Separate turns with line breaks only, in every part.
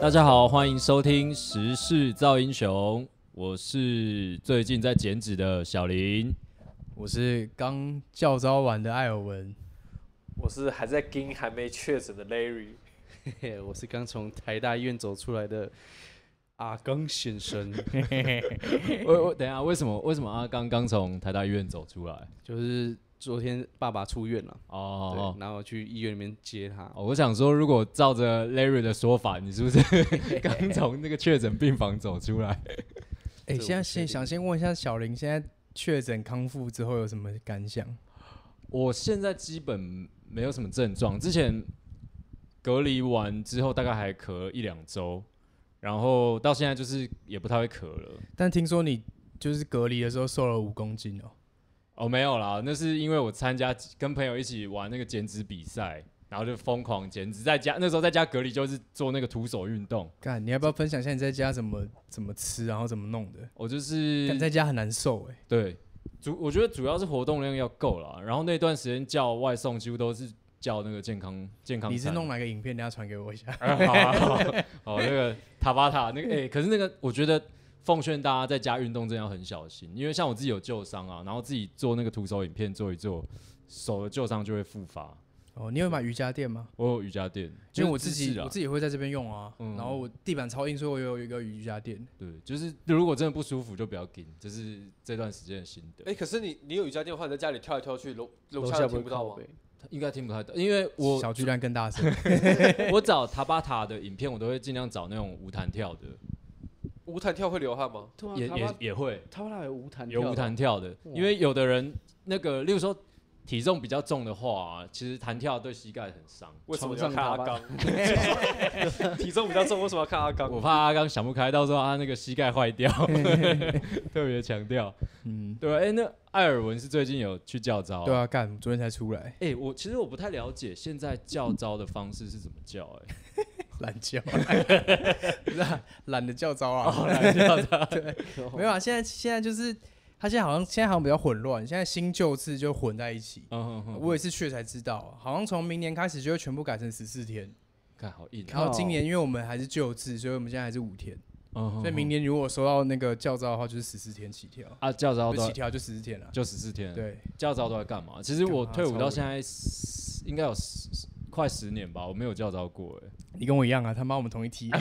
大家好，欢迎收听《时事造英雄》，我是最近在减脂的小林。
我是刚教招完的艾尔文，
我是还在跟还没确诊的 Larry，
嘿嘿， 我是刚从台大医院走出来的阿刚先 生，
哎
我我等一下，为什么为什么阿刚刚从台大医院走出来？
就是昨天爸爸出院了，
哦
对，，然后去医院里面接他。
哦我想说，如果照着 Larry 的说法，你是 不是刚从那个确诊病房走出来？
哎、
这我
现在
不确
先
定
想先问一下小林，现在确诊康复之后有什么感想？
我现在基本没有什么症状，之前隔离完之后大概还咳一两周，然后到现在就是也不太会咳了。
但听说你就是隔离的时候瘦了五公斤哦，
哦，没有啦，那是因为我参加跟朋友一起玩那个减脂比赛，然后就疯狂减脂，在家那时候在家隔离就是做那个徒手运动，
干，你要不要分享一下你在家怎么怎么吃，然后怎么弄的？
我就
干
是
在家很难瘦哎、
对主我觉得主要是活动量要够啦，然后那段时间叫外送几乎都是叫那个健康健康餐，
你是弄哪个影片？你要传给我一下。
哎 好啊好啊哦，那个塔巴塔那个，哎、可是那个我觉得奉劝大家在家运动真的要很小心，因为像我自己有旧伤啊，然后自己做那个徒手影片做一做，手的旧伤就会复发。
哦，你有买瑜伽垫吗？
我有瑜伽垫，
因
就是
为我自
姿
己
势啊
我自己会在这边用啊，
嗯
然后我地板超硬，所以我有一个瑜伽垫。
对，就是如果真的不舒服就不要跟，这是这段时间的心得。
哎、可是你你有瑜伽垫的话，你在家里跳来跳去，楼楼
下
下
会
人听不到
靠
吗？
北
应该听不太懂，因为我
小巨蛋更大声。
我找塔巴塔的影片，我都会尽量找那种无弹跳的，
无弹跳会流汗吗？
对啊，
也
他
也
爸
也会
他爸有无弹
有
跳
无
的
弹跳的，因为有的人那个，例如说体重比较重的话、啊其实弹跳对膝盖很伤。
为什么要
床上
看阿
打吧
刚？ 体重比较重，为什么要看阿刚？
我怕阿刚想不开，到时候他那个膝盖坏 掉，特别强调。
嗯，
对，哎、那艾尔文是最近有去教招、
对。啊，干，昨天才出来，
哎、我其实我不太了解现在教招的方式是怎么教、哎。
懒 觉，懒懒得叫招
哦
啊。 没有啊，现在现在就是他现在好像现在好像比较混乱，现在新旧制就混在一起。
嗯哼哼，
我也是去才知道，啊好像从明年开始就会全部改成十四天，
看好硬啊。
然后今年因为我们还是旧制，所以我们现在还是五天，
嗯哼
所以明
哼
年如果收到那个教招的话，就是十四天起跳，
啊，教招
不
都
是起
在
跳就十四天了。
就十四天，，
对，
教招都在干嘛？其实我
干嘛
退伍
超
到
无
现在十应该有十十快十年吧，我没有教招过哎。
你跟我一样啊，他妈我们同一梯，
哦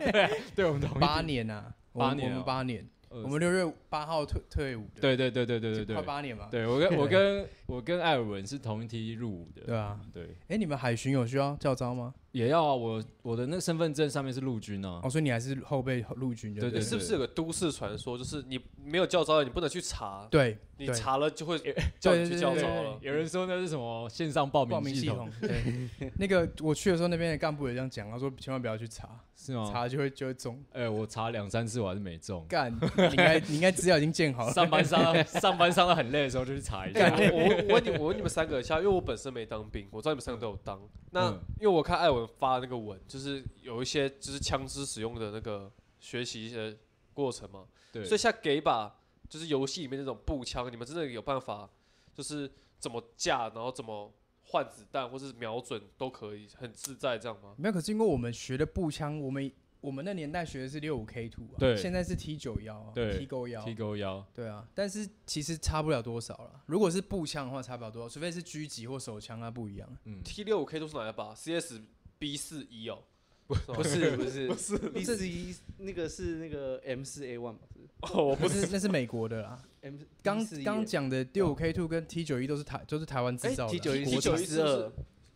对，我们同
八年啊，我
八
们
年
我
哦
们八年，
我
我们六月八号退退伍的，
对对对对对对
快
对，
八年嘛，
对我跟我跟我跟艾尔文是同一梯入伍的，
对啊，
对，
哎，你们海巡有需要教招吗？
也要啊，我我的那个身份证上面是陆军啊，
哦，所以你还是后备陆军
对
对
对
你
对
是不是有个都市传说，就是你没有叫招，你不能去查，
对，
你
对
查了就会叫你去叫
对对
招
对
了。
啊有人说那是什么线上报
报
名
名
系
系
统
统。对， 那个我去的时候，那边的干部也这样讲，他说千万不要去查，
是吗？
查就会就会中。
哎，我查两三次我还是没中。
干，你应该你应该资料已经建好了。
上 班上到上班上到很累的时候就去查一
哎、
下。
我我我问你，我问你们三个一下，因为我本身没当兵，我知道你们三个都有当。那、
嗯
因为我看艾文发那个文，就是有一些就是枪支使用的那个学习一些过程嘛，
对，
所以像给把就是游戏里面那种步枪，你们真的有办法，就是怎么架，然后怎么换子弹或是瞄准都可以，很自在这样吗？
没有，可是因为我们学的步枪，我们我们那年代学的是六五 K two 啊，
对
现在是 T 九幺啊，
对
，T 勾幺
踢。勾腰。
对啊，但是其实差不了多少了。如果是步枪的话，差不了多少，除非是狙击或手枪，那啊不一样。
T 六五 K 都是哪一把？CS B 四一哦，
不是不是不是，
不
是一那个是那个 M 四 A one 吧是
哦，我
那是那是美国的啦。
？M
刚刚讲的六五 K two 跟 T 九一都是台都是台湾制造的啊。
T 九一
T 九一
四二，嗯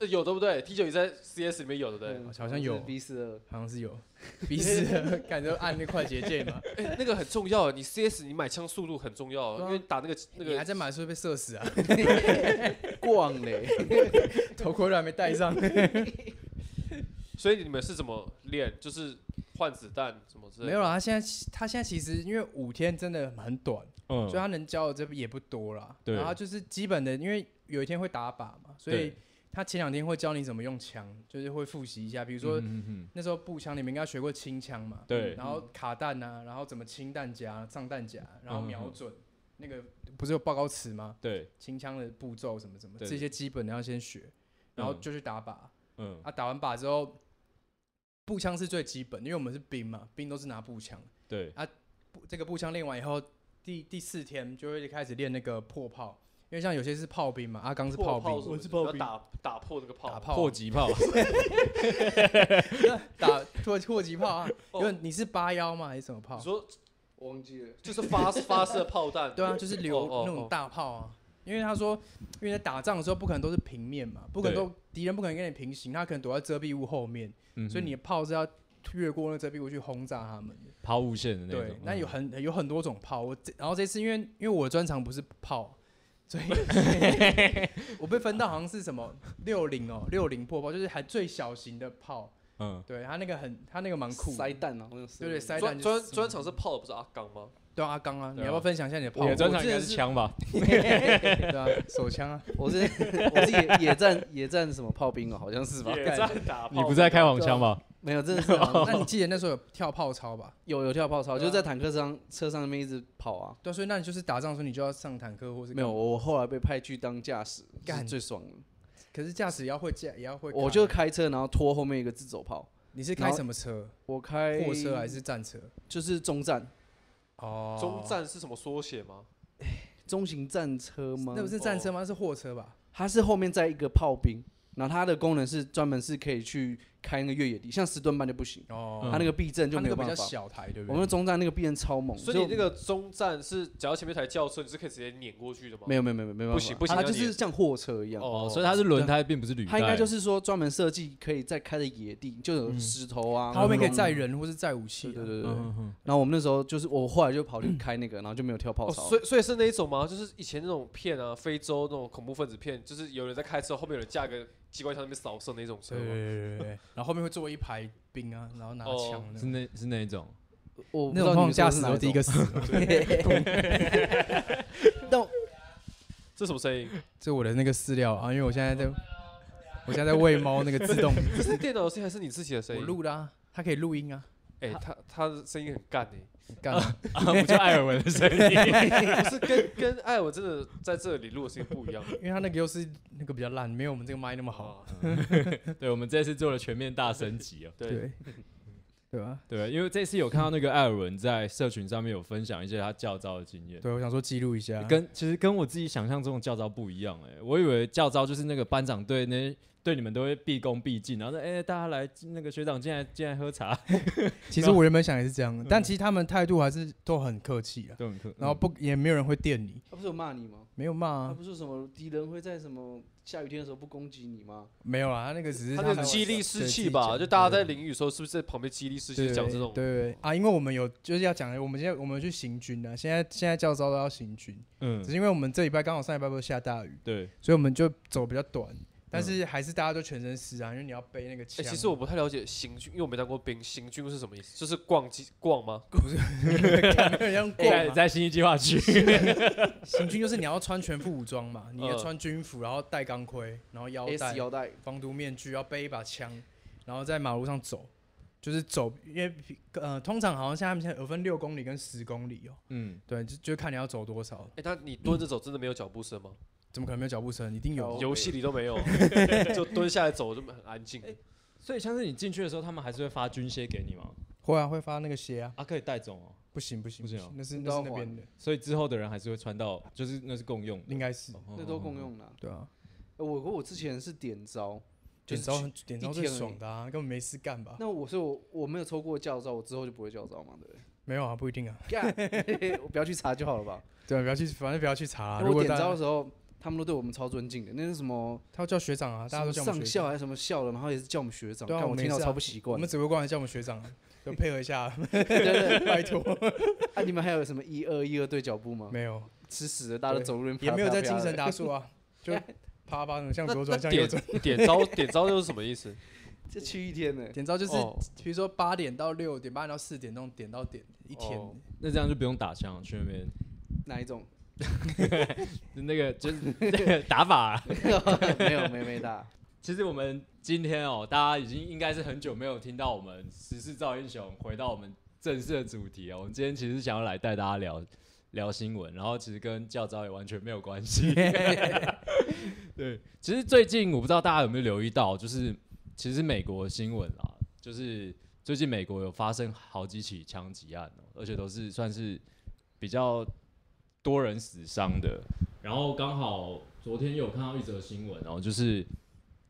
有对不对？T 九一在 CS 里面有对不对？
好像有
B 四二，
好像是有，鼻子感觉按那快捷键嘛，
哎、那个很重要，你 CS 你买枪速度很重要，
对啊
因为打那个那
你还
个
在买是不是被射死啊？
逛嘞，
头盔都还没戴上，
所以你们是怎么练？就是换子弹什么之类
没
的？
有啊啦。他现在他现在其实因为五天真的很短，
嗯
所以他能教的这也不多啦。
对
然后他就是基本的，因为有一天会打靶嘛，所以
对
他前两天会教你怎么用枪，就是会复习一下，比如说。
嗯嗯嗯
那时候步枪你们应该学过轻枪嘛，
对
然后卡弹啊，然后怎么清弹夹、上弹夹，然
嗯
后
嗯嗯
瞄准，那个不是有报告词吗？
对，
清枪的步骤什么什么，
对
这些基本的要先学，然后就去打靶。
嗯
啊，打完靶之后，步枪是最基本，因为我们是兵嘛，兵都是拿步枪。
对，
步这个步枪练完以后，第第四天就会开始练那个破炮，因为像有些是炮兵嘛，阿刚是炮兵，
破炮什么的
我
要打打破那个炮，
打炮
破击 炮，
打拓拓击炮啊，
哦
因为你是八幺吗还是什么炮
你？说
忘记了，
就是发 发射 炮弹，
对啊，就是
哦
留
哦
那种
哦
大炮啊。因为他说，因为在打仗的时候不可能都是平面嘛，不可能
对
都敌人不可能跟你平行，他可能躲在遮蔽物后面，
嗯哼
所以你的炮是要越过那遮蔽物去轰炸他们的。
抛物线的那
对
种，，
那
嗯
有很有很多种炮，我这然后这次因为因为我的专长不是炮，所以 我被分到好像是什么六零哦，六零破炮，就是还最小型的炮，
嗯，
对他那个很他那个蛮酷的，
塞蛋啊，好像是
对对塞
专
弹
专
就是
专场是炮的，不是阿刚吗？
对啊阿刚啊，你
对啊
要不要分享一下你的炮？
你的专长应
我
该
真
是
的
枪吧？
是，对啊，手 枪啊，
我是我是野 野战野战什么炮兵哦，好像是吧？
也在打炮，
你不是在开黄腔吧？
没有，真的是 啊
那你记得那时候有跳炮操吧？
有有跳炮操，
对啊
就在坦克上车上面一直跑啊。
对啊，所以那你就是打仗的时候你就要上坦克或是
没有，
干嘛，
我后来被派去当驾驶，
干
是最爽的。
可是驾驶也要会驾也要会开，
我就开车，然后拖后面一个自走炮。
你是
然
开
后
什么车？
我开
货车还是战车？
就是中站
哦
中战是什么缩写吗？
中型战车吗？哦
那不是战车吗？那是货车吧？
它是后面载一个炮兵，然后它的功能是专门是可以去开那个越野地，像十吨半就不行，
哦
嗯
它那个避震就
它
没
那
有
个比
办
较
法。
小台，对不
我
对？
们中站那个避震超猛，
所以你
就
那个中战是只要前面一台轿车，你是可以直接碾过去的吗？
没有没有没有没有办法
不行不行
它
要
就
碾
是像货车一样。
哦，所以它是轮胎，并不是履带，
它应该就是说专门设计可以在开的野地，就有
嗯
石头啊，
它后面可以
然
载人或是载武器
对
啊。
对对对。
嗯，嗯嗯
然后我们那时候就是我后来就跑去开那个，然后就没有跳炮
哦，
操。
所以所以是那一种吗？就是以前那种片啊，非洲那种恐怖分子片，就是有人在开车，后面有人架个机关枪在那边扫射那种车
对对
吗？
对对对， 然后后面会坐一排兵啊，然后拿
哦
枪的
是，那是那一 种，
我不
那
知
种
道
通
你
常驾
们说的是
驶
哪
都
一
第一
种
个死。
但我
这什么声 音？
这我的那个饲料啊，因为我现在在，我现在在喂猫那个自动，
这是电脑的声音还是你自己的声
我
音？
录的啊，它可以录音啊，
哎，他他的声音很干 哎，
干
啊不就艾尔文的声音？
不是跟跟艾文真的在这里录的声音不一样。
因为它那个又是那个比较烂，没有我们这个麦那么好。
哦，
对，我们这次做了全面大升级哦。
对，，
对吧？
对，因为这次有看到那个艾尔文在社群上面有分享一些他教招的经验，
对，我想说记录一下，
跟其实跟我自己想象中的教招不一样哎、我以为教招就是那个班长对那对你们都会毕恭毕敬，然后说哎、大家来那个学长进来进来喝 茶，
其实我原本想也是这样的，但其实他们态度还是都很客气啊，
都很客
然后不也没有人会电你，
啊他不是有骂你吗？
没有骂
他
啊，
不是说什么敌人会在什么下雨天的时候不攻击你吗？
没有啊，他那个只是
他那
们
个激励士
对
气
自己
吧，
讲
就大家
对
在淋雨的时候，是不是在旁边激励士气
对
讲这种？
对啊，因为我们有就是要讲，我们现在我们去行军啊，现在现在教招都要行军，
嗯
只是因为我们这礼拜刚好上礼拜不是下大雨，
对，
所以我们就走比较短，但是还是大家都全身湿啊，因为你要背那个
哎、
枪。
其 实我不太了解行军，因为我没当过兵。行军是什么意思？就是逛街逛吗？
看没有人这
欸
样
在
过嘛，
在新一计划 区，
行军就是你要穿全副武装嘛，你要
嗯
穿军服，然后戴钢盔，然后腰
S
带、
腰带，
防毒面具，要背一把枪，然后在马路上走。就是走，因为呃，通常好像像他们现在有分六公里跟十公里哦，
嗯，
对，就就看你要走多少，
哎、那你蹲着走真的没有脚步声吗？
怎么可能没有脚步声？一定有
哦
啊，
游戏里都没有， 就蹲下来走就很安静。
所以像是你进去的时候，他们还是会发军靴给你吗？
会啊，会发那个鞋啊，
啊，可以带走哦，
不行不行
不行哦
那是
那
那
都要
是那边的，
所以之后的人还是会穿到，就是那是共用的，
应该是
哦
那都共，用的啊。
对啊。
呃我我之前是点招，就
点
是
招
去
很点招
一
最
天而已
爽的啊，根本没事干吧？
那我所以我我没有抽过教招，我之后就不会教招嘛，对不对？
没有啊，不一定啊。
干，嘿嘿我不要去查就好了吧。
对啊，不要去，反正不要去查啊。
因
如
为我
果
点
大
招的
家
时候，他们都对我们超尊敬的，那是什么
他叫学长啊，大家都
什
叫
么
我们
上
学
校
长。
还是什么校的，然后也是叫我们学长，
对啊
但
我
我
们
听
也
到
是啊
超不习
我
惯
们。指挥官也叫我们学长啊，就配合一下 啊，
对对，
拜托。
对啊，你们还有什么一二一二对脚步吗？
没有，
吃屎的，大家都
对
走路边
也没有
啪
在
啪
精
啪
神
的
打数 啊，就啪啪的向
那
左
那
转向右
点
转。
点招点招又是什么意思？
这去一天呢、
点招就是
哦
比如说八点到六点，八点到四点那种点到点一天
哦
那这样就不用打枪，去那边
哪一种？
那个就是 那个打法啊。
没有，没没打。
其实我们今天哦，大家已经应该是很久没有听到我们时事造英雄回到我们正式的主题哦。我们今天其实想要来带大家聊聊新闻，然后其实跟教招也完全没有关 系。对，其实最近我不知道大家有没有留意到，就是其实美国的新闻啦，就是最近美国有发生好几起枪击案、哦，而且都是算是比较多人死伤的。然后刚好昨天有看到一则新闻、哦，然后就是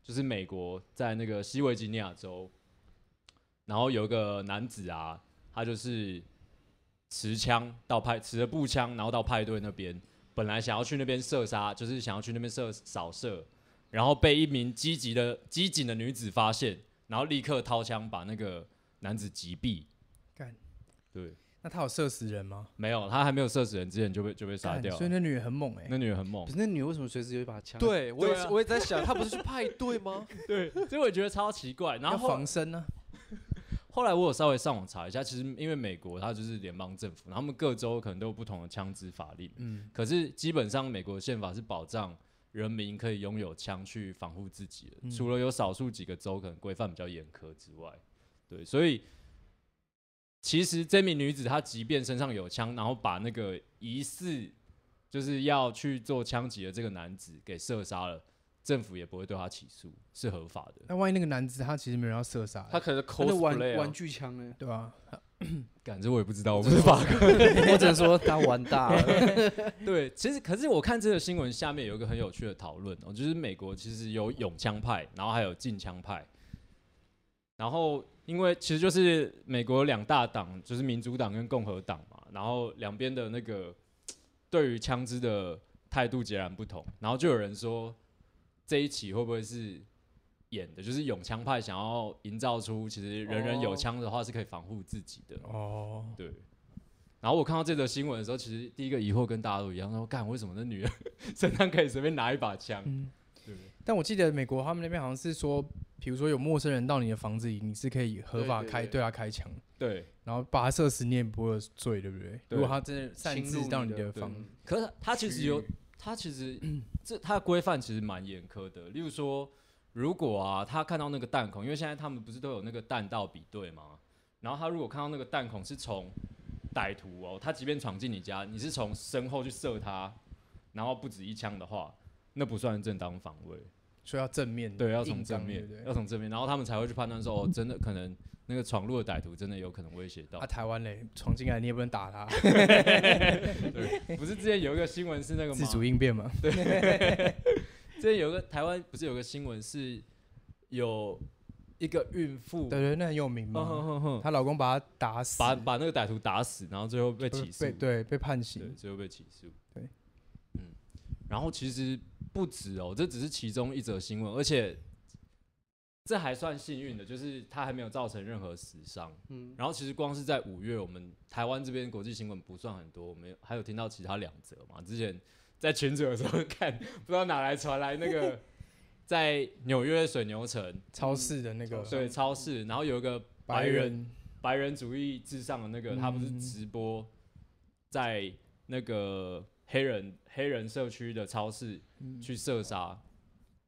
就是美国在那个西维吉尼亚州，然后有一个男子啊，他就是持枪到派持着步枪，然后到派对那边，本来想要去那边射杀，就是想要去那边射扫射，然后被一名积极的机警的女子发现，然后立刻掏枪把那个男子击毙。
干，
对，
那他有射死人吗？
没有，他还没有射死人之前就被就被杀
干
掉
所以
了。
那女人很猛哎、
那女人很猛
不，是那女的为什么随时有一把枪？，
哦对，我也
对
是
啊
我也在想，他不是去派对吗？
对，所以我觉得超奇怪。然后
要
后
防身啊呢、
后来我有稍微上网查一下，其实因为美国它就是联邦政府，然后他们各州可能都有不同的枪支法令，
嗯，
可是基本上美国的宪法是保障人民可以拥有枪去防护自己的，
嗯
除了有少数几个州可能规范比较严苛之外，对，所以其实这名女子她即便身上有枪，然后把那个疑似就是要去做枪击的这个男子给射杀了，政府也不会对她起诉，是合法的。
那万一那个男子他其实没有人要射杀、？
他可能
那玩
cosplay
玩
啊，
具枪呢
对吧、
感这我也不知道，我 不是法官。
我只能说他玩大 了。
对，其实可是我看这个新闻下面有一个很有趣的讨论哦，就是美国其实有拥枪派，然后还有禁枪派，然后因为其实就是美国两大党，就是民主党跟共和党嘛，然后两边的那个对于枪支的态度截然不同，然后就有人说这一起会不会是演的，就是拥枪派想要营造出其实人人有
哦
枪的话是可以防护自己的，
哦，
对。然后我看到这则新闻的时候，其实第一个疑惑跟大家都一样，说干为什么那女人 身上可以随便拿一把枪？
嗯，
对不对？
但我记得美国他们那边好像是说，比如说有陌生人到你的房子里，你是可以合法
对对
开
对
对他开枪，
对。
然后把他射死，你也不会有罪，对不对？
对
如果他真的擅
侵入
自
你
到你
的
的
对
房，
可是他其实有，他其实这他的规范其实蛮严苛的。例如说，如果啊他看到那个弹孔，因为现在他们不是都有那个弹道比对吗？然后他如果看到那个弹孔是从歹徒哦，他即便闯进你家，你是从身后去射他，然后不止一枪的话，那不算正当防卫。
所以要正面，
对，要从
嗯硬
正
刚
面，
对不对？
要从正面，然后他们才会去判断说，哦，真的可能那个闯入的歹徒真的有可能威胁到
啊，。台湾嘞，闯进来你也不能打 他，
对，不是之前有一个新闻是那个
自
吗？
主应变嘛。
之前有一个台湾不是有个新闻是有一个孕妇，
对对，那很有名
哼哼
嘛。
哼哼
她老公把她打死，
嗯把把那个歹徒打死，然后最后被
被
起诉
被，对被判
对，
刑。
最后被起诉。
对，
嗯，然后其实不止哦，这只是其中一则新闻，而且这还算幸运的，就是它还没有造成任何死伤。
嗯，
然后其实光是在五月，我们台湾这边国际新闻不算很多，我们有还有听到其他两则嘛。之前在群组的时候看，不知道哪来传来那 个在纽约水牛城
超市的那个
对超市，然后有一个嗯白
白
人
人，
白人主义至上的那个，他不是
嗯
直播在那个黑人黑人社区的超市
嗯
去射杀，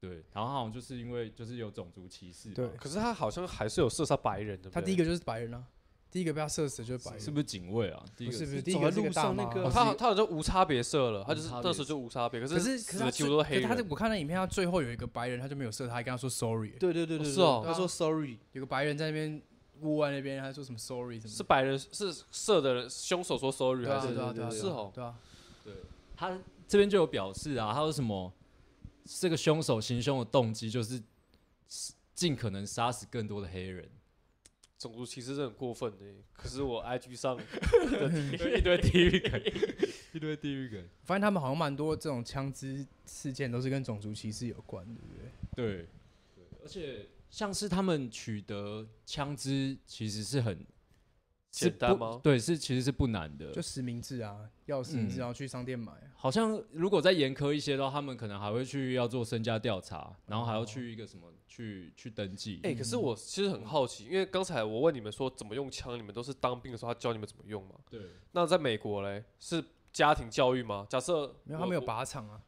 对，然后好像就是因为就是有种族歧视嘛，
对
可是他好像还是有射杀白人，对不对？
他第一个就是白人啊，第一个被他射死的就是白人，
是不是警卫啊？第一
不
个
是不
是
是，第一
走
个
在
是
路
个大
上那
妈
个
哦
哦
他好他好像无差别射了，他
无
就是
差别
那时候就无差别，可
可
是
是可
死
是他
的几乎都是黑
最可是他这
人。
我看那影片，他最后有一个白人，他就没有射他，还跟他说 sorry。
对对对
哦
对，
是哦
对他说 sorry，
有个白人在那边屋外那边，他说什么 sorry 什么的。
是白人是射的人凶手说 sorry
对啊
还
对
是
啊对啊
是哦？
对啊，
对，他这边就有表示啊，他说什么这个凶手行凶的动机就是尽可能杀死更多的黑人，
种族歧视真的很过分呢。可是我 IG 上
一堆地狱梗， 一堆地狱梗。
我发现他们好像蛮多这种枪支事件都是跟种族歧视有关，对不对？
对，对，而且像是他们取得枪支其实是很是
简单
不
吗
对，是其实是不难的，
就实名制啊，钥匙名制，
嗯
然后去商店买啊。
好像如果再严苛一些的话，他们可能还会去要做身家调查，然后还要去一个什么去去登记。
哎、可是我其实很好奇，因为刚才我问你们说怎么用枪，你们都是当兵的时候他教你们怎么用嘛？
对，
那在美国嘞，是家庭教育吗？假设
没有，
我
他们有
我
靶场啊，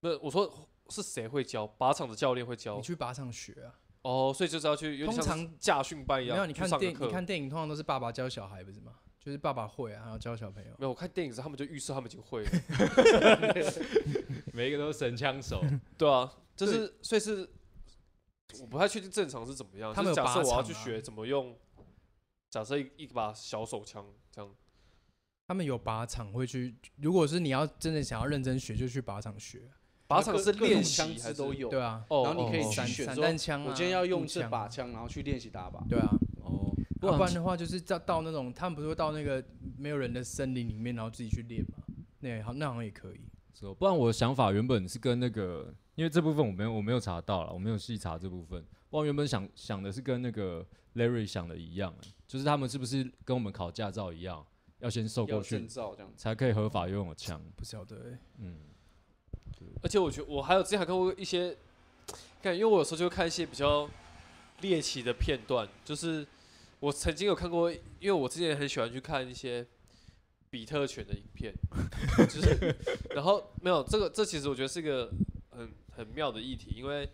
不是我说是谁会教？靶场的教练会教
你去靶场学啊。
哦，所以就是要去有
通
点像
常
是驾训班一
没
样，
有，你
哎去
看
上个
电，
课
你看电影通常都是爸爸教小孩，不是吗？就是爸爸会啊，然后教小朋友。
没有，我看电影时他们就预设他们已经会了，
每一个都是神枪手。
对啊，就是所以是我不太确定正常是怎么样。
他们
就
有
是假设我要
靶场
去
啊
学怎么用，假设一一把小手枪这样，
他们有靶场会去，如果是你要真的想要认真学，就去靶场学，
靶场是
各
练
各种
习
枪
还
支
是
都？有。
对啊，
哦，
然后你可以
哦
去
散
选
散
说
弹枪啊，
我今天要用
步
这
枪
把，枪，然后去练习打靶。
对啊，
哦，
要不
不
然
然
的话就是到到那种他们不是会到那个没有人的森林里面，然后自己去练嘛，那好那好像也可以，
是哦不然我的想法原本是跟那个，因为这部分我没有我没有查到了，我没有细查这部分。我原本想想的是跟那个 Larry 想的一样、欸就是他们是不是跟我们考驾照一样，要先受过
要证
训
照这样子。
才可以合法拥有枪？
不晓得欸、
嗯，
而且我觉得我还有之前还看过一些，看，因为我有时候就会看一些比较猎奇的片段，就是我曾经有看过，因为我之前很喜欢去看一些比特犬的影片， 就是然后没有这个，这其实我觉得是一个很很妙的议题，因为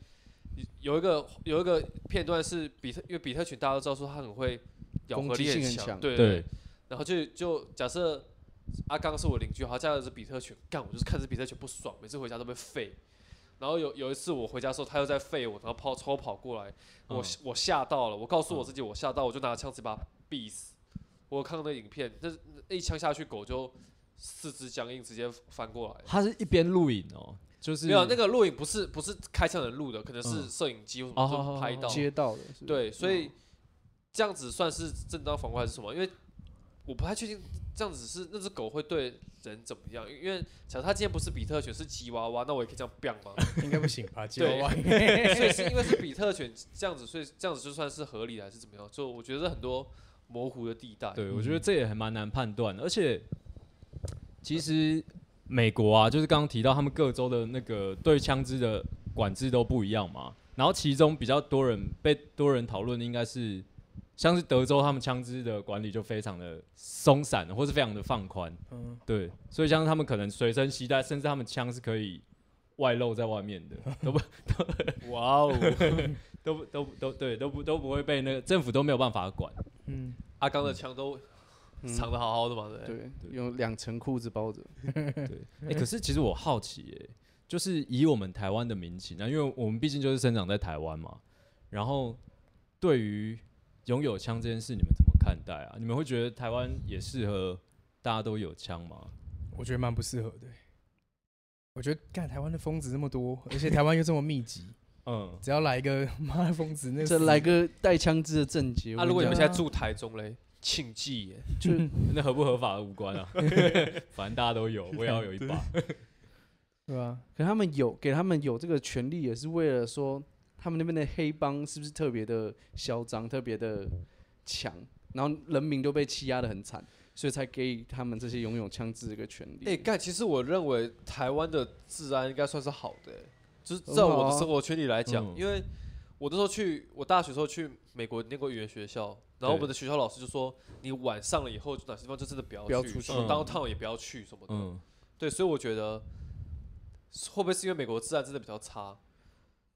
有一个有一个片段是比特，因为比特犬大家都知道说它很会咬
攻
合
击
力
性很
强，
强
对对
对，
然后就就假设阿刚是我邻居，好，家有只比特犬，干我就是看这比特犬不爽，每次回家都被吠。然后有有一次我回家的时候，他又在吠我，然后跑超跑过来，我、
嗯
我吓到了，我告诉我自己我吓到，我就拿枪直接把他毙死。我有看到那影片，那那一枪下去，狗就四肢僵硬，直接翻过来。
他是一边录影哦，就是
没有那个录影不是不是开枪的人录的，可能是
嗯
摄影机或什
哦
么
好好
就
好
拍到。
街道的，是不是
对，所以
嗯
这样子算是正当防卫还是什么？因为我不太确定这样子是那只狗会对人怎么样。因为假如它今天不是比特犬，是吉娃娃，那我也可以这样 biang 吗？
应该不行吧？ 吉娃
对
娃应该
所以是因为是比特犬这样子，所以这样子就算是合理的还是怎么样？就我觉得很多模糊的地带。
对，我觉得这也还蛮难判断的，而且其实美国啊，就是刚刚提到他们各州的那个对枪支的管制都不一样嘛。然后其中比较多人被多人讨论的应该是，像是德州他们枪支的管理就非常的松散，或是非常的放宽。
嗯，
对，所以像他们可能随身携带，甚至他们枪是可以外露在外面的，都不
哇哦！
都不都不都对都不都不会被那个政府都没有办法管。
嗯，
阿刚的枪都
嗯
藏的好好的嘛，对不对？
对，用两层裤子包着。
哎、可是其实我好奇、耶，就是以我们台湾的民情啊，因为我们毕竟就是生长在台湾嘛，然后对于拥有枪这件事，你们怎么看待啊？你们会觉得台湾也适合大家都有枪吗？
我觉得蛮不适合的欸、我觉得干台湾的疯子那么多，而且台湾又这么密集，
嗯，
只要来一个 妈的疯子，那
再来个带枪支的正节。
那、啊如果你
有
们
讲
现在住台中嘞，请记耶，
就
那合不合法无关啊， 反正大家都有，我也要有一把。
对吧？
可他们有给他们有这个权利，也是为了说他们那边的黑帮是不是特别的嚣张、特别的强，然后人民都被欺压的很惨，所以才给予他们这些拥有枪支这个权利。
哎、干，其实我认为台湾的治安应该算是好的欸、就是在我
很
的
好啊
生活圈里来讲，
嗯
因为我那时候去，我大学时候去美国念过语言学校，然后我们
对
的学校老师就说，你晚上了以后，哪些地方就真的不要
不要
去，
出
什
去
么当趟也不要去什么的。
嗯，
对，所以我觉得会不会是因为美国治安真的比较差，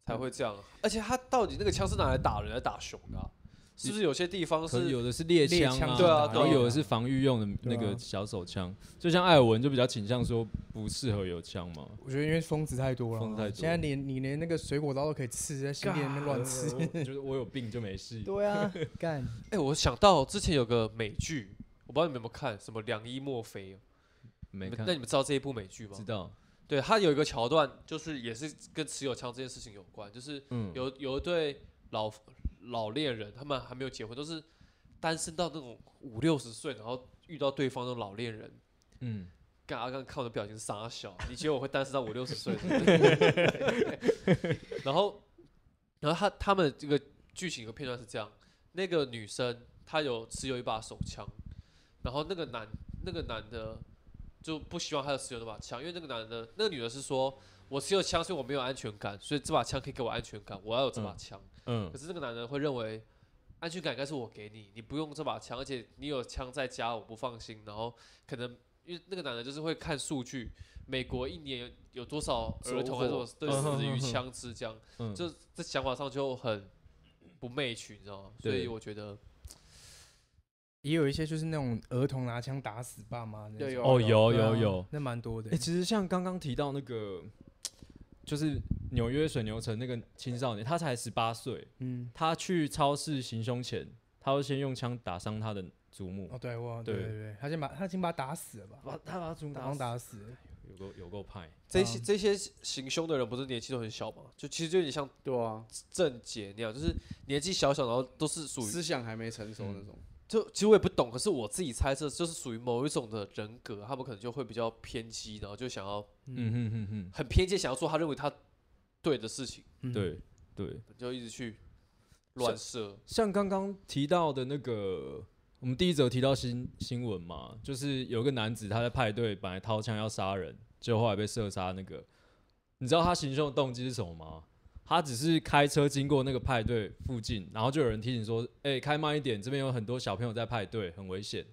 才会这样？而且他到底那个枪是拿来打人、来打熊的啊、是不是有些地方
可能
是
有的是猎
猎
枪
枪
啊，
对啊
然
对啊
后有的是防御用的
对
那
啊
个小手枪，就像艾尔文就比较倾向说不适合有枪嘛。
我觉得因为疯子太多了啊，
疯子太多
现在连你连那个水果刀都可以吃，在新店那边乱吃。
我就是我有病就没事。
对啊，干
哎、我想到之前有个美剧，我不知道你们有没有看，什么《良医墨菲》哦。
没
你们
看
那，你们知道这一部美剧吗
知？道，
对，它有一个桥段，就是也是跟持有枪这件事情有关，就是
嗯，
有有一对老老恋人，他们还没有结婚，都是单身到那种五六十岁，然后遇到对方那种老恋人。
嗯。
刚刚刚看我的表情傻笑，你觉得我会单身到五六十岁？ 然后，然后他他们这个剧情有个片段是这样：那个女生她有持有一把手枪，然后那个男那个男的就不希望她有持有那把枪，因为那个男的那个女的是说，我持有枪所以我没有安全感，所以这把枪可以给我安全感，我要有这把枪。
嗯
可是那个男人会认为安全感应该是我给你，你不用这把枪，而且你有枪在家，我不放心。然后可能因为那个男人就是会看数据，美国一年有多少儿童
走火
还是多少对
嗯哼
死于
哼哼
枪支这样，
嗯，
就这想法上就很不 match，你知道吗？所
对
以我觉得
也有一些就是那种儿童拿枪打死爸妈那种
对有
哦，有
对啊
有有。
那蛮多的
哎、。其实像刚刚提到那个就是纽约水牛城那个青少年，他才十八岁，
嗯，
他去超市行凶前，他会先用枪打伤他的祖母，
哦，对，我，对
对
对对，他先把他已经把他打死了吧？
把他把他祖母
打
打
像
死，
打死了，
有够有够派，
这些这些行凶的人不是年纪都很小嘛？就其实就有点像
对啊，
郑杰那样，就是年纪小小，然后都是属于
思想还没成熟那种。
就其实我也不懂，可是我自己猜测，就是属于某一种的人格，他们可能就会比较偏激，然后就想要
嗯哼哼哼，
很偏激，想要做他认为他对的事情，
嗯，
对对。
就一直去乱射。
像刚刚提到的那个，我们第一则提到新新闻嘛，就是有个男子他在派对本来掏枪要杀人，结果后来被射杀。那个，你知道他行凶的动机是什么吗？他只是开车经过那个派对附近，然后就有人提醒说：“哎、开慢一点，这边有很多小朋友在派对，很危险。”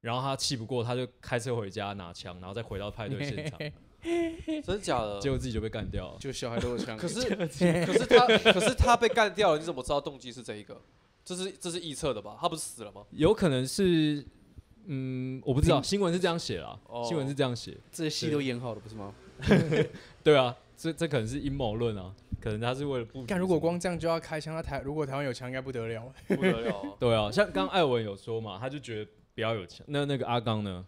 然后他气不过，他就开车回家拿枪，然后再回到派对现场，
真的假的？
结果自己就被干掉了。
就小孩都有枪，
可是可是他可是他被干掉了，你怎么知道动机是这一个？这是这是臆测的吧？他不是死了吗？
有可能是，嗯，我不知道，新闻是这样写啦，
哦
新闻是这样写。
这戏都演好了，不是吗？
对啊，这这可能是阴谋论啊，可能他是为了布局
干，如果
什么
光这样就要开枪，那台如果台湾有枪，应该不得了。
不得了啊、
对啊，像刚刚艾文有说嘛，他就觉得不要有钱。那那个阿刚呢？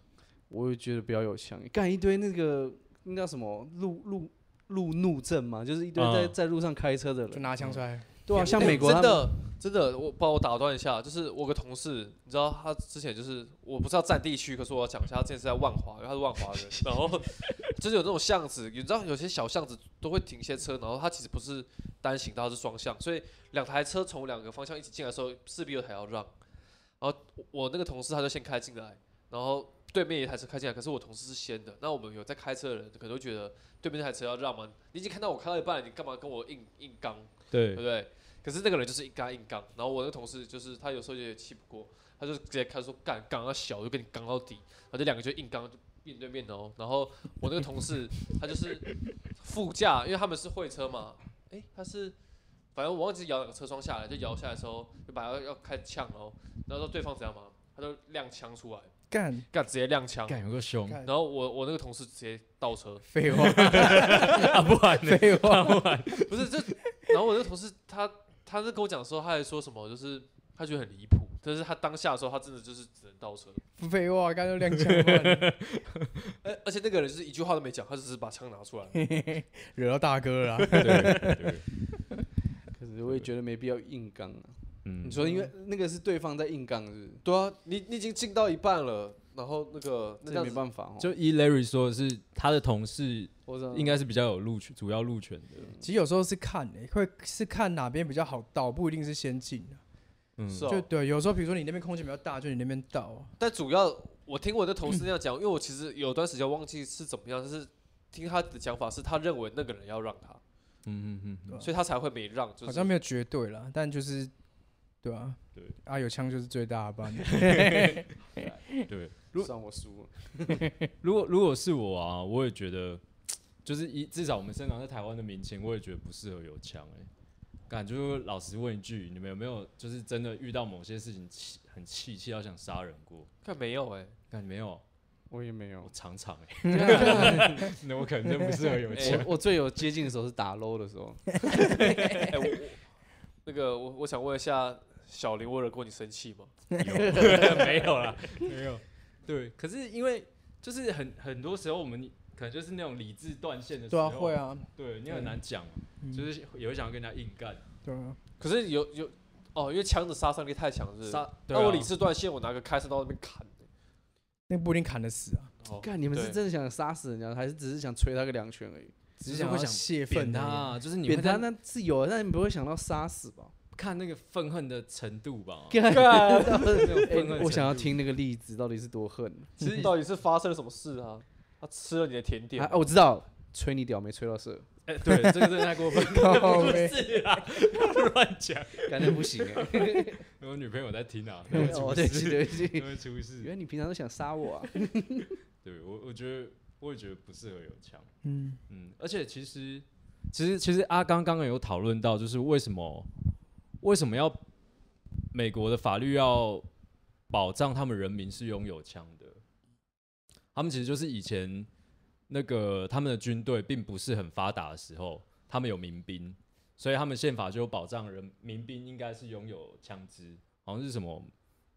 我也觉得比较有枪，干一堆那个那叫什么路路路怒症嘛，就是一堆在、
嗯
在路上开车的
就
人，
拿枪出来，
啊对啊，像
欸
美国他
真
们
的真的，我帮我打断一下，就是我有个同事，你知道他之前就是我不是要占地区，可是我要讲一下，他之前是在万华，因为他是万华人，然 后就是有那种巷子，你知道有些小巷子都会停一些车，然后他其实不是单行道，它是双向，所以两台车从两个方向一起进来的时候，势必有台要让。然后我我那个同事他就先开进来，然后对面一台车开进来，可是我同事是先的，那我们有在开车的人可能会觉得对面那台车要让吗？你已经看到我开到一半了，你干嘛跟我硬硬刚？对
对
不，对？可是那个人就是硬刚硬刚，然后我那个同事就是他有时候也气不过，他就直接开始说干刚到小就跟你刚到底，然后就两个就硬刚就面对面哦。然后我那个同事他就是副驾，因为他们是会车嘛，诶，他是反正我忘记摇哪个车窗下来，就摇下来的时候就把他要开呛哦，然后说对方怎样嘛，他就亮枪出来，
干，
干直接亮枪，
干有个凶
干
然后我我那个同事直接倒车，
废话，
啊，不然呢？
废话，
不是，这， 然后我那个同事他他是跟我讲说，他还说什么，就是他觉得很离谱，但是他当下的时候，他真的就是只能倒车，
不废话，刚就亮枪不然
而而且那个人就是一句话都没讲，他就只是把枪拿出来，
惹到大哥了啦。啊
对对，
可是我也觉得没必要硬刚啊。
嗯
你，说，因为那个是对方在硬刚，是不是？
对啊，你你已经进到一半了，然后那个那
这
样
没
子
办法哦。
就依 Larry 说的是，他的同事
我知道
应该是比较有路权，主要路权的。
其实有时候是看、欸，会是看哪边比较好倒，不一定是先进、啊、
嗯，
是哦
就对，有时候比如说你那边空间比较大，就你那边倒、啊。
但主要我听我的同事那样讲，因为我其实有段时间忘记是怎么样，但是听他的讲法是他认为那个人要让他，
嗯嗯嗯，
对啊
所以他才会没让，就
好
是
像没有绝对啦，但就是对啊，
对
啊，有枪就是最大的啊帮。
嗯 对。
算我输了。
如果如果是我啊，我也觉得，就是一至少我们生长在台湾的民情，我也觉得不适合有枪哎、感觉就是老实问一句，你们有没有就是真的遇到某些事情气很气气到想杀人过？
看没有哎、
感觉没有，
我也没
我
有。
常常哎、那我可能就不适合有枪。
我我最有接近的时候是打 low 的时 候，
欸，哎、我我那个我我想问一下小林，我惹过你生气吗？
有没有啦，没有。对，可是因为就是很很多时候我们可能就是那种理智断线的时
对啊，
候，
会，啊，
对你很难讲嘛，
嗯
就是也会想要跟人家硬干。
对啊，
可是有有哦，因为枪的杀伤力太强，是不是
杀对
那我
哦
啊
理智断线，我拿个开射刀在那边砍、
那不一定砍得死啊，
哦，
干你们是
对
真的想杀死人家，还是只是想捶他个两拳而已？
就
只
是
想
会
要
想
泄
扁
愤
他
而已啊。，
啊，就是你
扁
会
他
在
那是有，啊但你不会想到杀死吧？
看那个愤恨的程度吧。
干
那种愤恨
我想要
程度，
听那个例子到底是多恨。
其实到底是发生了什么事啊？他吃了你的甜点
啊，，我知道，吹你屌没吹到射，
哎，对，这个真的太过分
靠
不
背
是啦， 乱讲。
感觉不行哎。
我女朋友在听啊，她会
哦，对
出
不起，
事，
对不起
她。会出
原
事。
来你平常都想杀我啊？
对我，我觉得我也觉得不适合有枪。
嗯，
嗯，而且其实，其实，其实阿刚刚刚有讨论到，就是为什么为什么要美国的法律要保障他们人民是拥有枪的？他们其实就是以前那个他们的军队并不是很发达的时候，他们有民兵，所以他们宪法就有保障人民兵应该是拥有枪支，好像是什么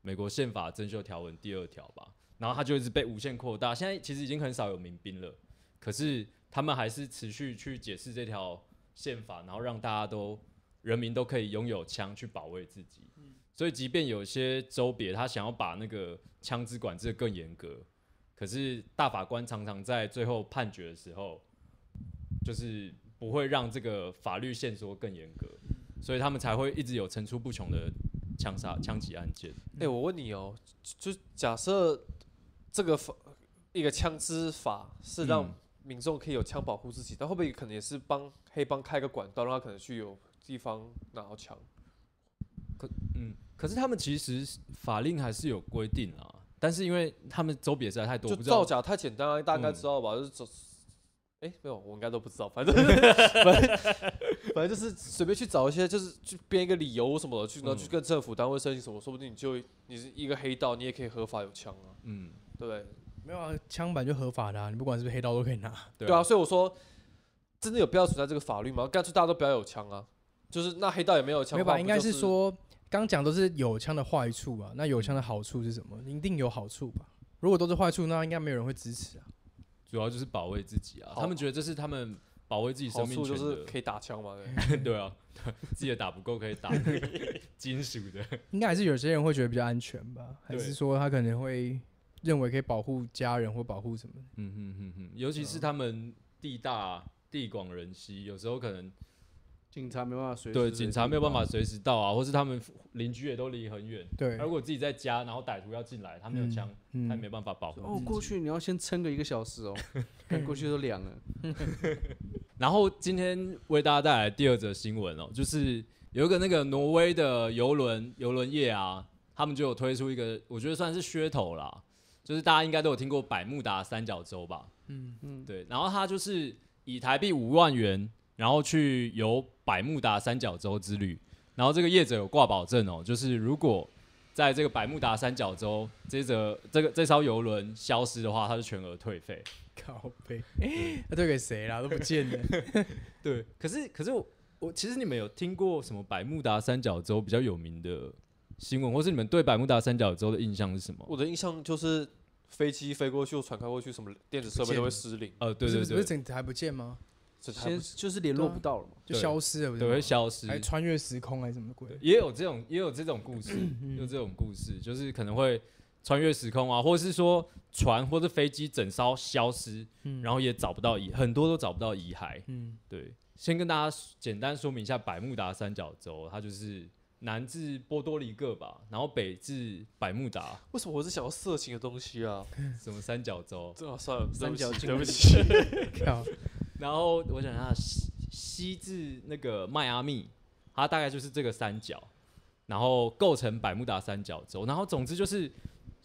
美国宪法增修条文第二条吧。然后它就一直被无限扩大，现在其实已经很少有民兵了，可是他们还是持续去解释这条宪法，然后让大家都人民都可以拥有枪去保卫自己。所以，即便有些州别他想要把那个枪支管制得更严格，可是大法官常常在最后判决的时候，就是不会让这个法律线索更严格，所以他们才会一直有层出不穷的枪杀、枪击案件。
哎、我问你哦，就就假设这个法一个枪支法是让
嗯
民众可以有枪保护自己，但会不会可能也是帮黑帮开个管道，让他可能去有地方拿到枪？
嗯，可是他们其实法令还是有规定啊，但是因为他们州别实在太多，
就
不知道
造假太简单、啊，大家应该知道吧？就是走，哎、没有，我应该都不知道， 反正反正 反正就是随便去找一些，就是去编一个理由什么的，去然后
嗯
去跟政府单位申请什么，说不定你就你是一个黑道，你也可以合法有枪啊，
嗯，
对不对？
没有啊，枪版就合法的、啊，你不管是不是黑道都可以拿。
对
对啊，，所以我说，真的有必要存在这个法律吗？干脆大家都不要有枪啊！就是那黑道也没有枪
没有
的话，
吧？
不
应该
就是
说，刚讲都是有枪的坏处啊，那有枪的好处是什么？一定有好处吧？如果都是坏处，那应该没有人会支持啊。
主要就是保卫自己啊，
好
他们觉得这是他们保卫自己
好
生命
处
权
就
的，
是可以打枪 嘛？对
对啊，自己的打不够可以打那个金属的，
应该还是有些人会觉得比较安全吧？还
对
是说他可能会认为可以保护家人或保护什么的？
嗯哼哼哼，尤其是他们地大地广人稀，有时候可能
警察没办法随时
对警察没有办法随时到啊，或是他们邻居也都离很远。
对，
如果自己在家，然后歹徒要进来，他没有
嗯
枪，他也
嗯
没，办法保护。
哦，过去你要先撑个一个小 时哦，赶过去都凉了。
然后今天为大家带来第二则新闻哦，就是有一个那个挪威的游轮游轮业啊，他们就有推出一个，我觉得算是噱头啦，就是大家应该都有听过百慕达三角洲吧，
嗯，
对，然后他就是以台币五万元，然后去游百慕达三角洲之旅。然后这个业者有挂保证哦，就是如果在这个百慕达三角洲这则这个这艘游轮消失的话，他就全额退费。
靠背， 那对给谁啦？都不见了。
对，可是可是我我其实你们有听过什么百慕达三角洲比较有名的新闻，或是你们对百慕达三角洲的印象是什么？
我的印象就是飞机飞过去、或船开过去，什么电子设备都会失灵，
呃，对
是
对
不是不
对
是，整台不见吗？
这才
先
不
就是联
啊
络不到了嘛。
就
对
消失了，不是
对
吗
会消失，
还穿越时空还是什么鬼？
也有这种也有这种故 事，有这种故事，就是可能会穿越时空啊，或者是说船或者飞机整艘消失，
嗯
然后也找不到遗，很多都找不到遗骸。
嗯，
对，先跟大家简单说明一下百慕达三角洲，它就是南至波多黎各吧，然后北至百慕达，
为什么我是想要色情的东西 啊？
什么三角洲，
这啊算了，对
三
不起
角
对
经
不
济
起，
靠，
然后我想一下，西西至那个迈阿密，它大概就是这个三角，然后构成百慕达三角洲。然后总之就是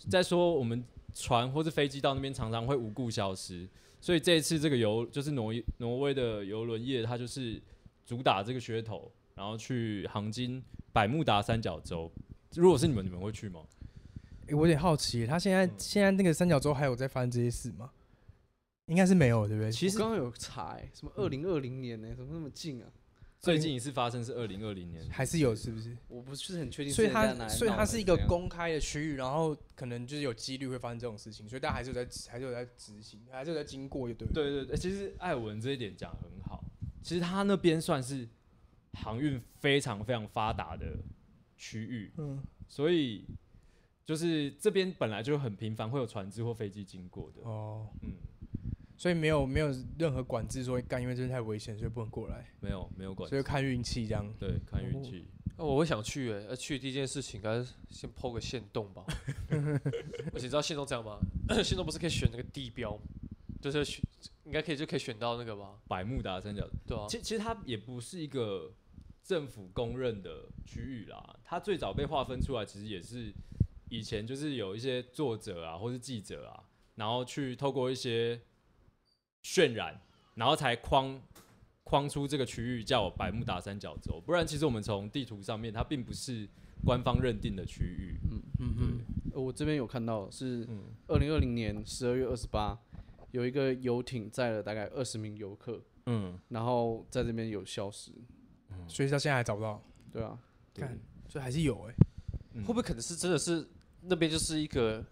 在说我们船或是飞机到那边常常会无故消失，所以这一次这个游就是挪威挪威的游轮业，它就是主打这个噱头，然后去航经百慕达三角洲。如果是你们，你们会去吗？
诶我有点好奇，他现在
嗯
现在那个三角洲还有在发生这些事吗？应该是没有，对不对？
哎我刚刚有查、欸，什么二零二零年呢、怎么那么近啊？
最近一次发生是二零二零年，
还是有，是不是？
我不是很确定。
所以它所以它是一个，公开的区域，然后可能就是有几率会发生这种事情，所以大家还是有在还是有在执行，还是有在经过，对不对？
对对对，其实艾文这一点讲得很好，其实他那边算是航运非常非常发达的区域，
嗯，
所以就是这边本来就很频繁会有船只或飞机经过的，
哦，
嗯，
所以没有没有任何管制说干，因为真的太危险，所以不能过来，
没有没有管
所以
制，
看运气这样。
对，看运气。
那哦我会想去诶、呃去第一件事情应该是先剖个线 洞吧。而且你知道线洞这样吗？ 线洞不是可以选那个地标，就是选应该可以就可以选到那个吧？
百慕达三角，
对啊，
其其实它也不是一个政府公认的区域啦，它最早被划分出来，其实也是以前就是有一些作者啊，或是记者啊，然后去透过一些渲染，然后才框框出这个区域叫百慕达三角洲，不然其实我们从地图上面它并不是官方认定的区域。
嗯
对
嗯，
呃我这边有看到是
嗯
二零二零年十二月二十八，有一个游艇载了大概二十名游客，
嗯，
然后在这边有消失，
所以到现在还找不到，
对啊，
对
看，所以还是有哎、
嗯
会不会可能是真的是那边就是一个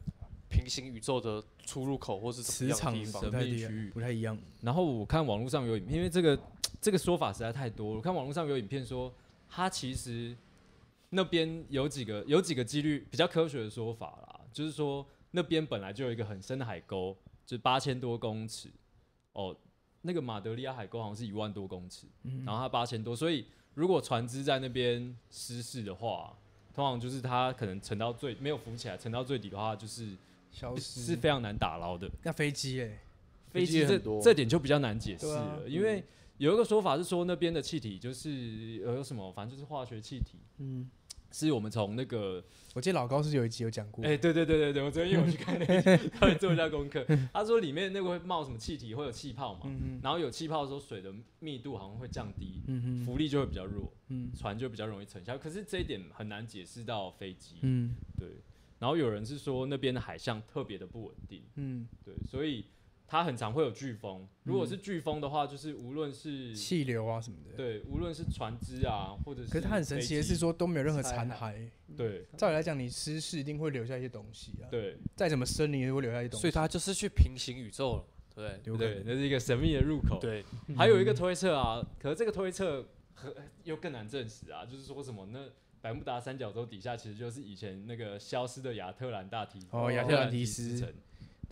平行宇宙的出入口，或是怎么
磁
样的
场
地
不
方？
神
太
秘
一
区域
样，不太一样。
然后我看网络上有影片，因为这个这个说法实在太多了。我看网络上有影片说，它其实那边有几个有几个几率比较科学的说法啦，就是说那边本来就有一个很深的海沟，就是八千多公尺。哦，那个马德里亚海沟好像是一万多公尺，然后它八千多，所以如果船只在那边失事的话，通常就是它可能沉到最没有浮起来，沉到最底的话，就是
消
是
失
非常难打捞的。
那飞机哎、
飞
飞
机
机
这
很多
这点就比较难解释
对
了，
啊
因为有一个说法是说那边的气体就是呃有什么，反正就是化学气体，嗯，是我们从那个
我记得老高是有一集有讲过，
哎、对对对对对，我昨天有去看那 一集，他会做一下功课，他说里面那个会冒什么气体，会有气泡嘛，然后有气泡的时候水的密度好像会降低，
嗯
浮力就会比较弱，
嗯
船就比较容易沉下去，可是这一点很难解释到飞机，
嗯
对，然后有人是说那边的海象特别的不稳定。
嗯，
对，所以它很常会有飓风。如果是飓风的话，就是无论是
气流啊什么的。
对，无论是船只啊，或者是
可是它很神奇的
飞
是
机，
说都没有任何
残
残
骸
骸。
对
照理来讲，你失事一定会留下一些东西啊，
对
再怎么深你也会留下一些东西。
所以他就是去平行宇宙了，对
有可
对，
能嗯
那是一个神秘的入口。
不对，对，
还有一个推测啊，可是这个推测和又更难证实啊，就是说什么那百慕达三角洲底下其实就是以前那个消失的亚特兰大提
哦
亚
亚特兰提斯
城。
对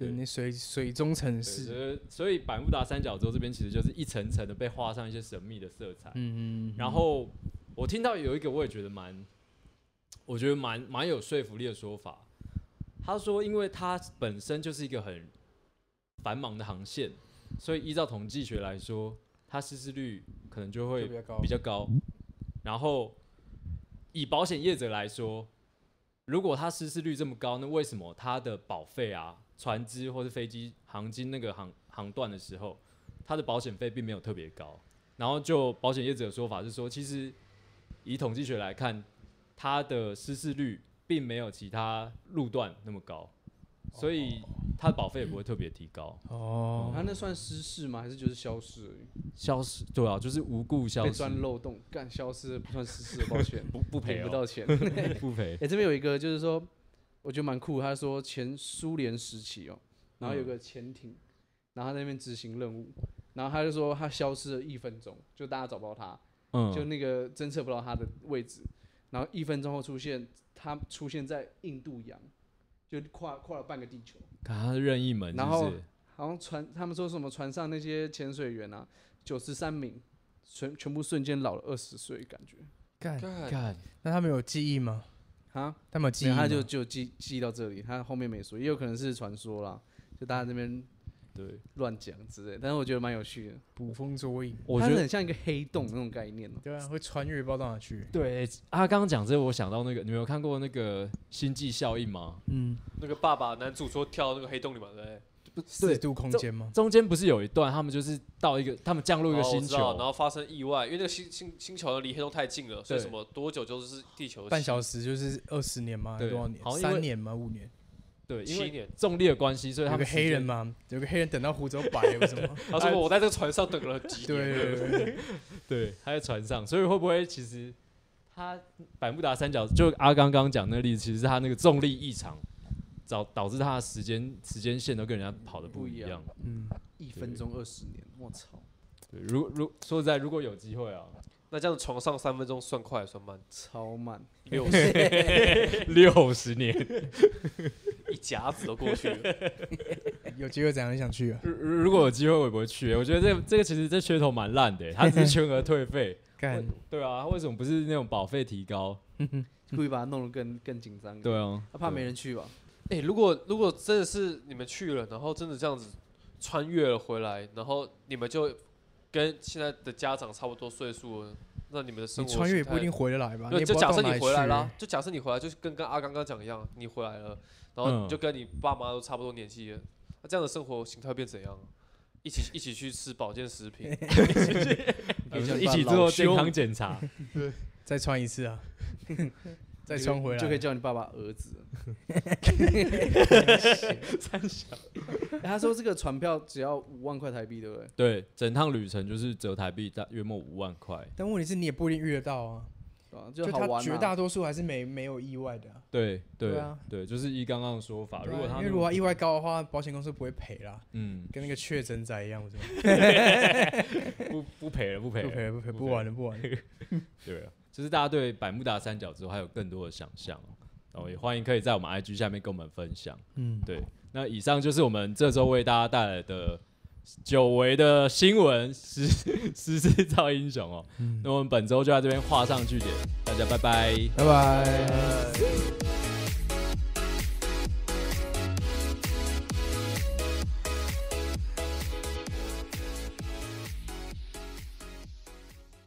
对
你水水中
对
城
所
市，
以所以百慕达三角洲这边其实就是一层层的被画上一些神秘的色彩。
嗯嗯，
然后我听到有一个我也觉得蛮，我觉得蛮蛮有说服力的说法。他说，因为它本身就是一个很繁忙的航线，所以依照统计学来说，它失事率可能就会
会比较高
比。较高。然后以保险业者来说，如果它失事率这么高，那为什么它的保费啊、船只或是飞机航经那个航航段的时候，它的保险费并没有特别高？然后就保险业者的说法是说，其实以统计学来看，它的失事率并没有其他路段那么高，所以它的保费也不会特别提高。嗯
哦，
他那算失事吗？还是就是消失而已？
消失对啊，就是无故消
被
失，，
钻漏洞，干消失不算失事，抱歉
不不赔
领不
哦，
到 钱。
不赔
哎、。这边有一个就是说，我觉得蛮酷。他说前苏联时期哦、然后有个潜艇，然后他在那边执行任务，然后他就说他消失了一分钟，就大家找不到他，
嗯，
就那个侦测不到他的位置，然后一分钟后出现，他出现在印度洋，就跨跨了半个地球，
看他是任意门是不是，
然后好像船他们说什么船上那些潜水员啊，九十三名。全全部瞬间老了二十岁，感觉
哎干，
呃
干
看
那他们有记忆吗？
啊，
他们有记忆
没有
吗，
他就就记记到这里，他后面没说，也有可能是传说啦，就大家这边
对，
乱讲之类，但是我觉得蛮有趣的，
捕风捉影。
我
它
觉得
很像一个黑洞那种概念哦、
对啊，会穿越不知道到哪去。
对啊，刚刚讲这个，我想到那个，你们有看过那个《星际效应》吗？
嗯，
那个爸爸男主说跳到那个黑洞里嘛，对不对？
四度空间吗？
中间不是有一段，他们就是到一个，他们降落一个
哦我
星
知
球，
道然后发生意外，因为那个星星星球离黑洞太近了，所以
对
什么多久就是地球
半小时就是二十年吗？还是
对
多少年
好？像因为
三年吗？五年？
对，因
七
为
年。
重力的关系，所以他
有
们
个黑
时间
人，嘛，有个黑人等到湖州白了，为什 么？
他说我在这个船上等了几
对
年，
对对对，
对，他在船上，所以会不会其实他百慕达三角，就阿刚刚讲那个例子，其实是他那个重力异常，导导致他的时间时间线都跟人家跑的不
不
一
一样
样。
嗯，
一分钟二十年，我操，
对，如如说实在，如果有机 会啊，
那这样床上三分钟算快还算慢？
超慢，
六十
六十年。
一甲子都过去了，
有机会怎样想去啊？
如如如果有机会，我也不会去。我觉得这个这个其实这噱头蛮烂 的，欸他只是全额退费。
干，
对啊，为什么不是那种保费提高？
故意把它弄得更更紧张一点，
对啊
他，怕没人去吧？
哎、如果如果真的是你们去了，然后真的这样子穿越了回来，然后你们就跟现在的家长差不多岁数了，那你们的生
你
活
穿越也
形态
不一定回得来吧？
没有
也
就
不知
假
道
设
到哪
你
里
回来
去欸
啦，，就假设你回来，就是跟跟阿刚刚讲一样，你回来了，然后
嗯
你就跟你爸妈都差不多年纪了，那、这样的生活形态会变怎样？啊一起一起去吃保健食 品，
呃
你可以叫
一
你爸
起
老
做
兄
健康检查。
再穿一次啊。再冲回来
就可以叫你爸爸儿子。 三小， 他说这个船票只要五万块台币，对不对？
对，整趟旅程就是折台币大约莫五万块。
但问题是你也不一定遇得到啊，
对啊，
就
好
他
玩、啊。
绝大多数还是没没有意外的啊、
对对
对啊
对，就是依刚刚的说法，
对啊
如果他
因
那
为
个
如果他意外高的话，保险公司不会赔啦，
嗯
跟那个确诊仔一样，我觉得
不不赔了不赔
不赔
了，
了不赔了
不
不玩了不玩了。
对啊，就是大家对百慕达三角洲还有更多的想象哦，然后也欢迎可以在我们 IG 下面跟我们分享。
嗯，
对，那以上就是我们这周为大家带来的久违的新闻时 时事造英雄哦。那我们本周就在这边画上句点，大家拜拜。
拜拜。